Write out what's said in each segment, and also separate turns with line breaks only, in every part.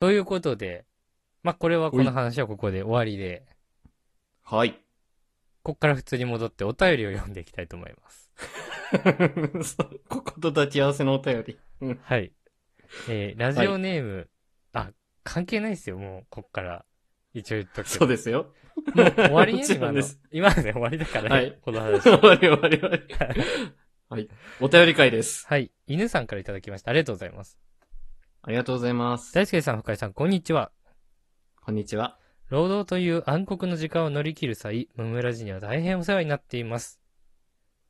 ということで、まあ、これはこ
ほい
の話はここで終わりで、
はい。
こっから普通に戻ってお便りを読んでいきたいと思います。
そう ここと立ち合わせのお便り。うん
はい。えー、ラジオネーム、あ、関係ないですよ、もう、こっから。一応言っとくけ
そ
ど
う。ですよ。
もう終わりね
も、ちろ
今
ん
の
です。
今ので終わりだからね、
はい
この話。
終わり終わり終わり。はい。お便り会です。
はい。犬さんからいただきました。ありがとうございます。
ありがとうございます。
大輔さん、深井さん、こんにちは。
こんにちは。
労働という暗黒の時間を乗り切る際、ムムラジには大変お世話になっています。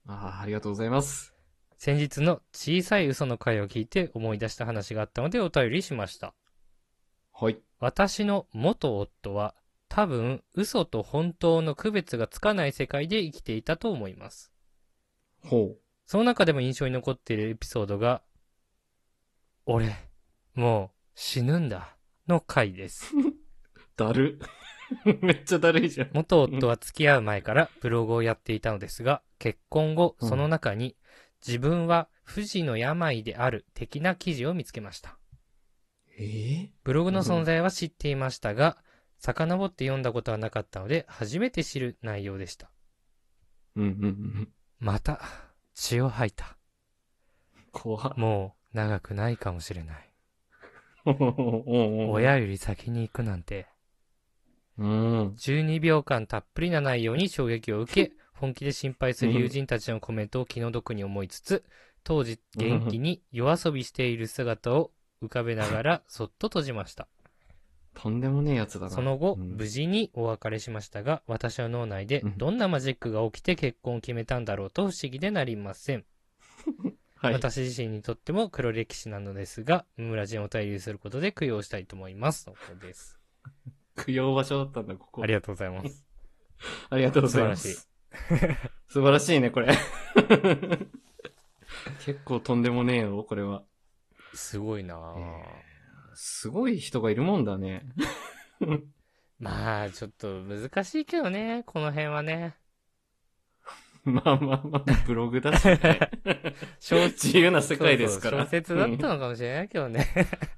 あーありがとうございます。
先日の小さい嘘の回を聞いて思い出した話があったのでお便りしました。
はい。
私の元夫は多分嘘と本当の区別がつかない世界で生きていたと思います。
ほ
その中でも印象に残っているエピソードが、俺、もう死ぬんだ、の回です。
う。だる。 めっちゃだるいじゃん。
元夫は付き合う前からブログをやっていたのですが、結婚後、その中に、自分は不治の病である的な記事を見つけました。
えー、
ブログの存在は知っていましたが、遡って読んだことはなかったので、初めて知る内容でした。
うんうんうん。
また、血を吐いた。
怖 っ。
もう、長くないかもしれない。
おうおうおう。
親より先に行くなんて、
うん。
12秒間たっぷりな内容に衝撃を受け、本気で心配する友人たちのコメントを気の毒に思いつつ、当時元気に夜遊びしている姿を浮かべながらそっと閉じました。
とんでもねえやつだな。
その後、
うん
無事にお別れしましたが、私の脳内で
うん
どんなマジックが起きて結婚を決めたんだろうと不思議でなりません。
はい。
私自身にとっても黒歴史なのですが、村人をお便りすることで供養したいと思います。とのことです。
供養場所だったんだ、ここ。
ありがとうございます。
ありがとうございます。
素
素晴らしいね、こ れ。結構とんでもねえよ、これは。
すごいなぁ。
すごい人がいるもんだね。
まあ、ちょっと難しいけどね、この辺はね。
まあまあまあ、ブログだし、ね。
小
自由な世界ですから。
そうそう小説だったのかもしれないけどね。
うん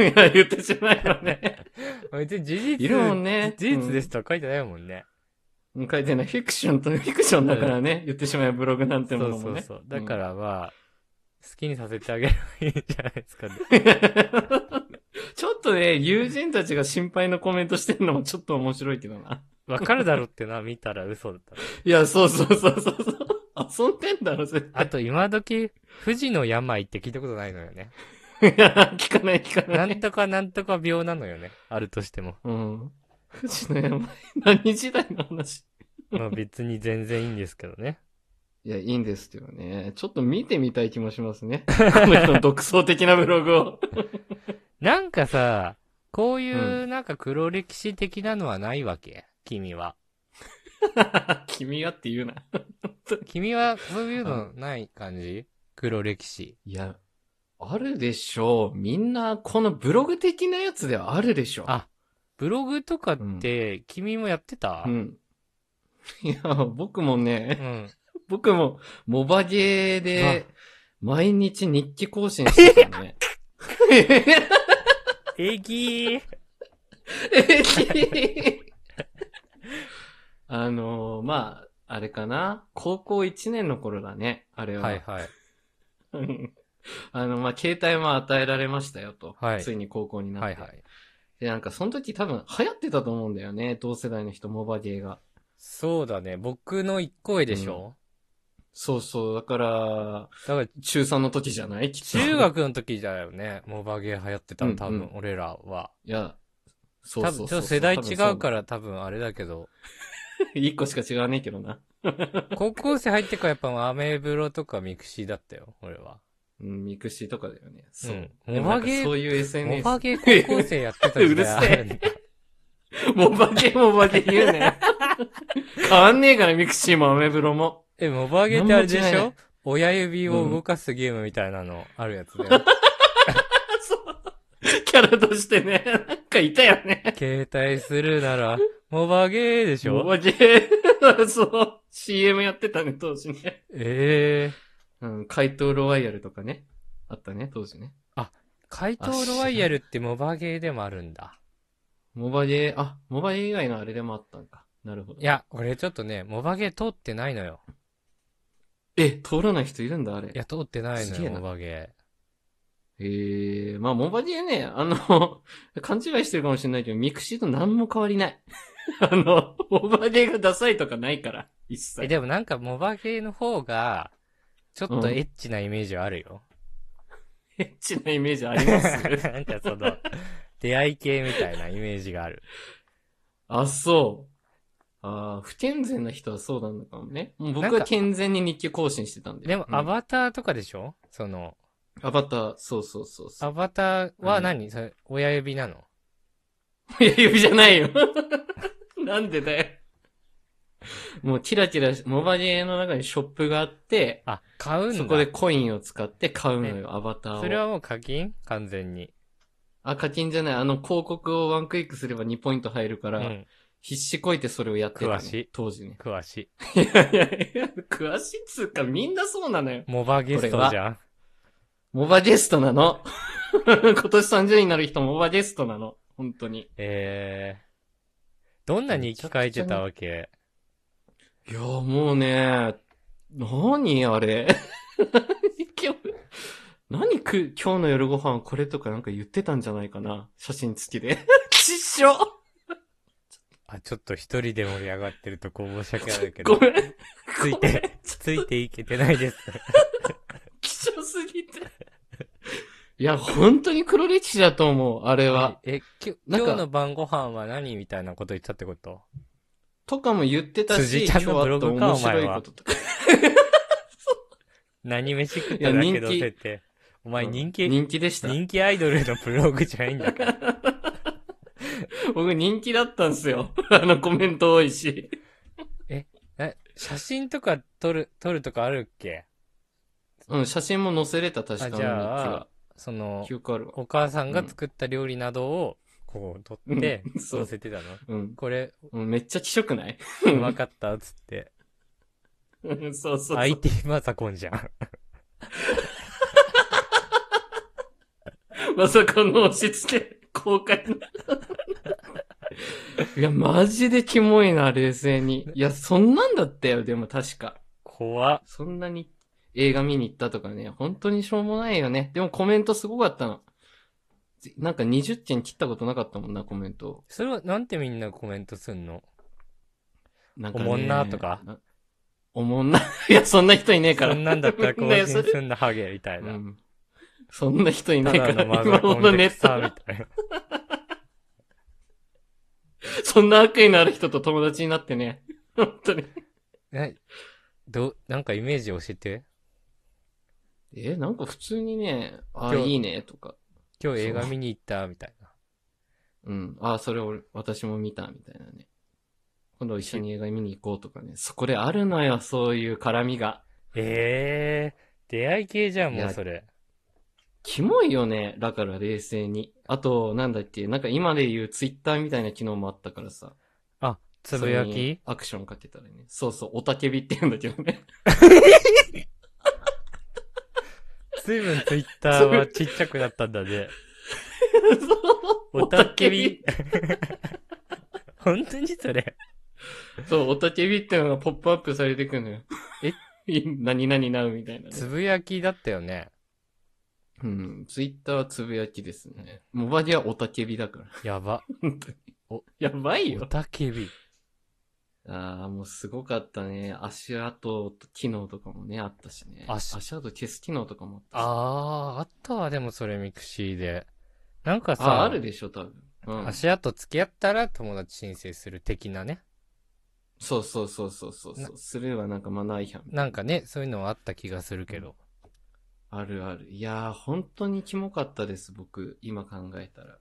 いや、言ってしまえばね。
別に事実。
いるもんね
事実ですとは書いてないもんね。
うん書いてない。フィクションとフィクションだからね。言ってしまえばブログなん
そ
ても
う
の
そ
も
う
ね。
そう。だか
うん。
らまあ、好きにさせてあげればいいんじゃないですかね。
ちょっとね、友人たちが心配のコメントしてるのもちょっと面白いけどな。
わかるだろってな、見たら嘘だった。
いや、そうそうそうそうそう。遊んでんだろ、絶対。
あと今時、富士の病って聞いたことないのよね。
いや、聞かない聞かな。
ないんとかなんとか病なのよね。 あるとしても。
うん。富士の山、何時代の話
ま あ別に全然いいんですけどね。
いや、いいんですけどね。ちょっと見てみたい気もしますね。 この人の独創的なブログを。
なんかさ、こういうなんか黒歴史的なのはないわけ君は。
君はって言うな。
君はそういうのない感じ黒歴史。
いや、あるでしょう。みんな、このブログ的なやつではあるでしょう。
あ、ブログとかって君もやってた
う
うん。
ん。いや、僕もね、 僕も、モバゲーで、毎日日記更新してた ね。
えぎー。
あのーまあ、あれかな高校1年の頃だね、あれは。
はいはい。
うん あの、まあ、携帯も与えられましたよと。
はい
ついに高校になって。
はいはい。
で、なんかその時多分流行ってたと思うんだよね、同世代の人、モバゲーが。
そうだね。僕の一個上でしょ、
そうそう、だから、
だから、
中3の時じゃないきっと
中学の時だよね。モバゲー流行ってたの、多
うんう
分、俺らは。
いや、そう
多
そ
分、
うそう。
ちょっと世代違うからら多分あれだけど、
一個しか違わねえけどな。
高校生入ってからやっぱアメブロとかミクシーだったよ、俺は。
うん、ミクシーとかだよね。そう。
うん
でもなん
モバ
か
ゲー
そういう SNS。
モバゲー高校生やってた 時代あるんだ。
モバゲー、モバゲー言 うね。変わんねえから、ミクシーもアメブロも。
え、モバゲーってあれで
なん
し
も違いな
ょ
い
親指を動かすゲームみたいなのあるやつだよ。
キャラとしてね、なんかいたよね。
携帯するなら、モバゲーでし
モ
ょ
バゲー、そう、CM やってたね、当時ね。
ええ
うん、怪盗ロワイヤルとかね。あったね、当時ね。
怪盗ロワイヤルってモバゲーでもあるんだ。
モバゲー、あ、モバゲー以外のあれでもあったんか。なるほど。
い、や、俺ちょっとね、モバゲー通ってないのよ。
え、通らない人いるんだ、あれ。
いや、通ってないの
すげ
よ、
えな
モバゲ
ええまあ、モバゲーね、あの、 勘違いしてるかもしれないけど、ミクシーと何も変わりない。 あの、モバゲーがダサいとかないから、一
ー。え、
切。
でもなんかモバゲーの方が、ちょっとエッチなイメージはあるよ。
エッチなイメージありま す
なんかその、出会い系みたいなイメージがある。
あ、そう。ああ、不健全な人はそうなんだかもね。もう
なん
僕
か
は健全に日記更新してたんで。
でも、
うん
アバターとかでしょその、
アバター、そうそうそうそ
ア
う。
バターは何それ、親指なの
親指じゃないよ。 なんでだよ。もうキラキラし、モバゲーの中にショップがあって、
あ、買うんだ。
そこでコインを使って買うの
ね
よ、アバターを。
それはもう課金完全に。
あ、課金じゃない。あの、広告をワンクリックすれば2ポイント入るか
う
ら、
ん。
必死こいてそれをやってた、ね。
詳しい
当時ね。
詳しい。
いやいやいや、詳しいっつうか、みんなそうなのよ。
モバゲストじゃん。
モバゲストなの。 今年30になる人、モバゲストなの。本当に。
えー。どんなに生き返ってたわけ
いや、もうね、何あれ。 今日、何く、今日の夜ご飯これとかなんか言ってたんじゃないかな。写真付きで。 失笑
あ、ちょっと一人で盛り上がってるとこ申し訳ないけ
ご
ど。
めん。
ついて、ついていけてないです。
貴重すぎて。いや、本当に黒歴史だと思う、あれは。
え、きょ
なん
今
か
日の晩ご飯は何みたいなこと言ったってこと
とかも言ってた
辻ち
し、今
ゃ
日
ん
あ
のブ
っ
ロ
た
グか
面白いこととか。
何飯食っただけ載
いや
せて。お前人気、
人気でした。
人気アイドルのブログじゃないんだから。
僕人気だったんすよ。 あのコメント多いし。
え、写真とか撮る、撮るとかあるっけ
うん、写真も載せれた、確か
あ
に。
じゃあ
あの
そ
日記は
の、
記憶あるわ。
お母さんが作った料理などを、こう、撮って
うん、そう
載せてたの。
うん。
これ、
うんめっちゃ気色ない
うまかった、つって。
うんそうそうそう。
IT マザコンじゃん。
まさかの押し付け、公開な。 いや、マジでキモいな、冷静に。いや、そんなんだったよ、でも確か。
怖っ。
そんなに映画見に行ったとかね、本当にしょうもないよね。でもコメントすごかったの。ぜなんか20件切ったことなかったもんな、コメント。
それは、なんてみんなコメントすんの
なんか、ね。
おもんなとか
な。おもんな。 いや、そんな人いねえから。
そんなんだったら
み
更
んな
新
よそれ
すんな、ハゲ、みたいうな。
ん。そんな人いな
た
いか
だの
ら、
マザ
今
コ
ほ
ン
ど
で
ネ
く
ット
さ、みたいな。
そんな悪意のある人と友達になってね。 本当に。
え、どう、なんかイメージ教えて。
え、なんか普通にね、あ、
今日
いいね、とか。
今日映画見に行った、みたいな。
うん。あ、それ俺、私も見た、みたいなね。今度一緒に映画見に行こうとかね。そこであるのよ、そういう絡みが。
ええー、出会い系じゃん、
い
もう
や
それ。
キモいよね、だから冷静に。あと、なんだっけ、なんか今で言うツイッターみたいな機能もあったからさ。
あ、つぶや
それに
き
アクションかけたらね。そうそう、おたけびって言うんだけどね。
ずいぶんツイッターはちっちゃくなったんだね。 お たけび。 本当にそれ。
そう、おたけびってのがポップアップされてくの よ。
え
何々なうみたいなね、
つぶやきだったよね。
うん。ツイッターはつぶやきですね。モバディはおたけびだから。
やば。
本当に
お
やばい
お
よ。
たけび。
ああ、もうすごかったね。足跡機能とかもね、あったしね。
足
跡消す機能とかもあったし。
あー、あったわ、でもそれミクシーで。なんか
あ
さ、
あるでしょ、多分。うん。
足跡付き合ったら友達申請する的なね。
そうそうそうそうそうそう。するはなんかマナー違反。
なんかね、そういうのはあった気がするけど。
あるある。いやー、本当にキモかったです、僕。今考えたら。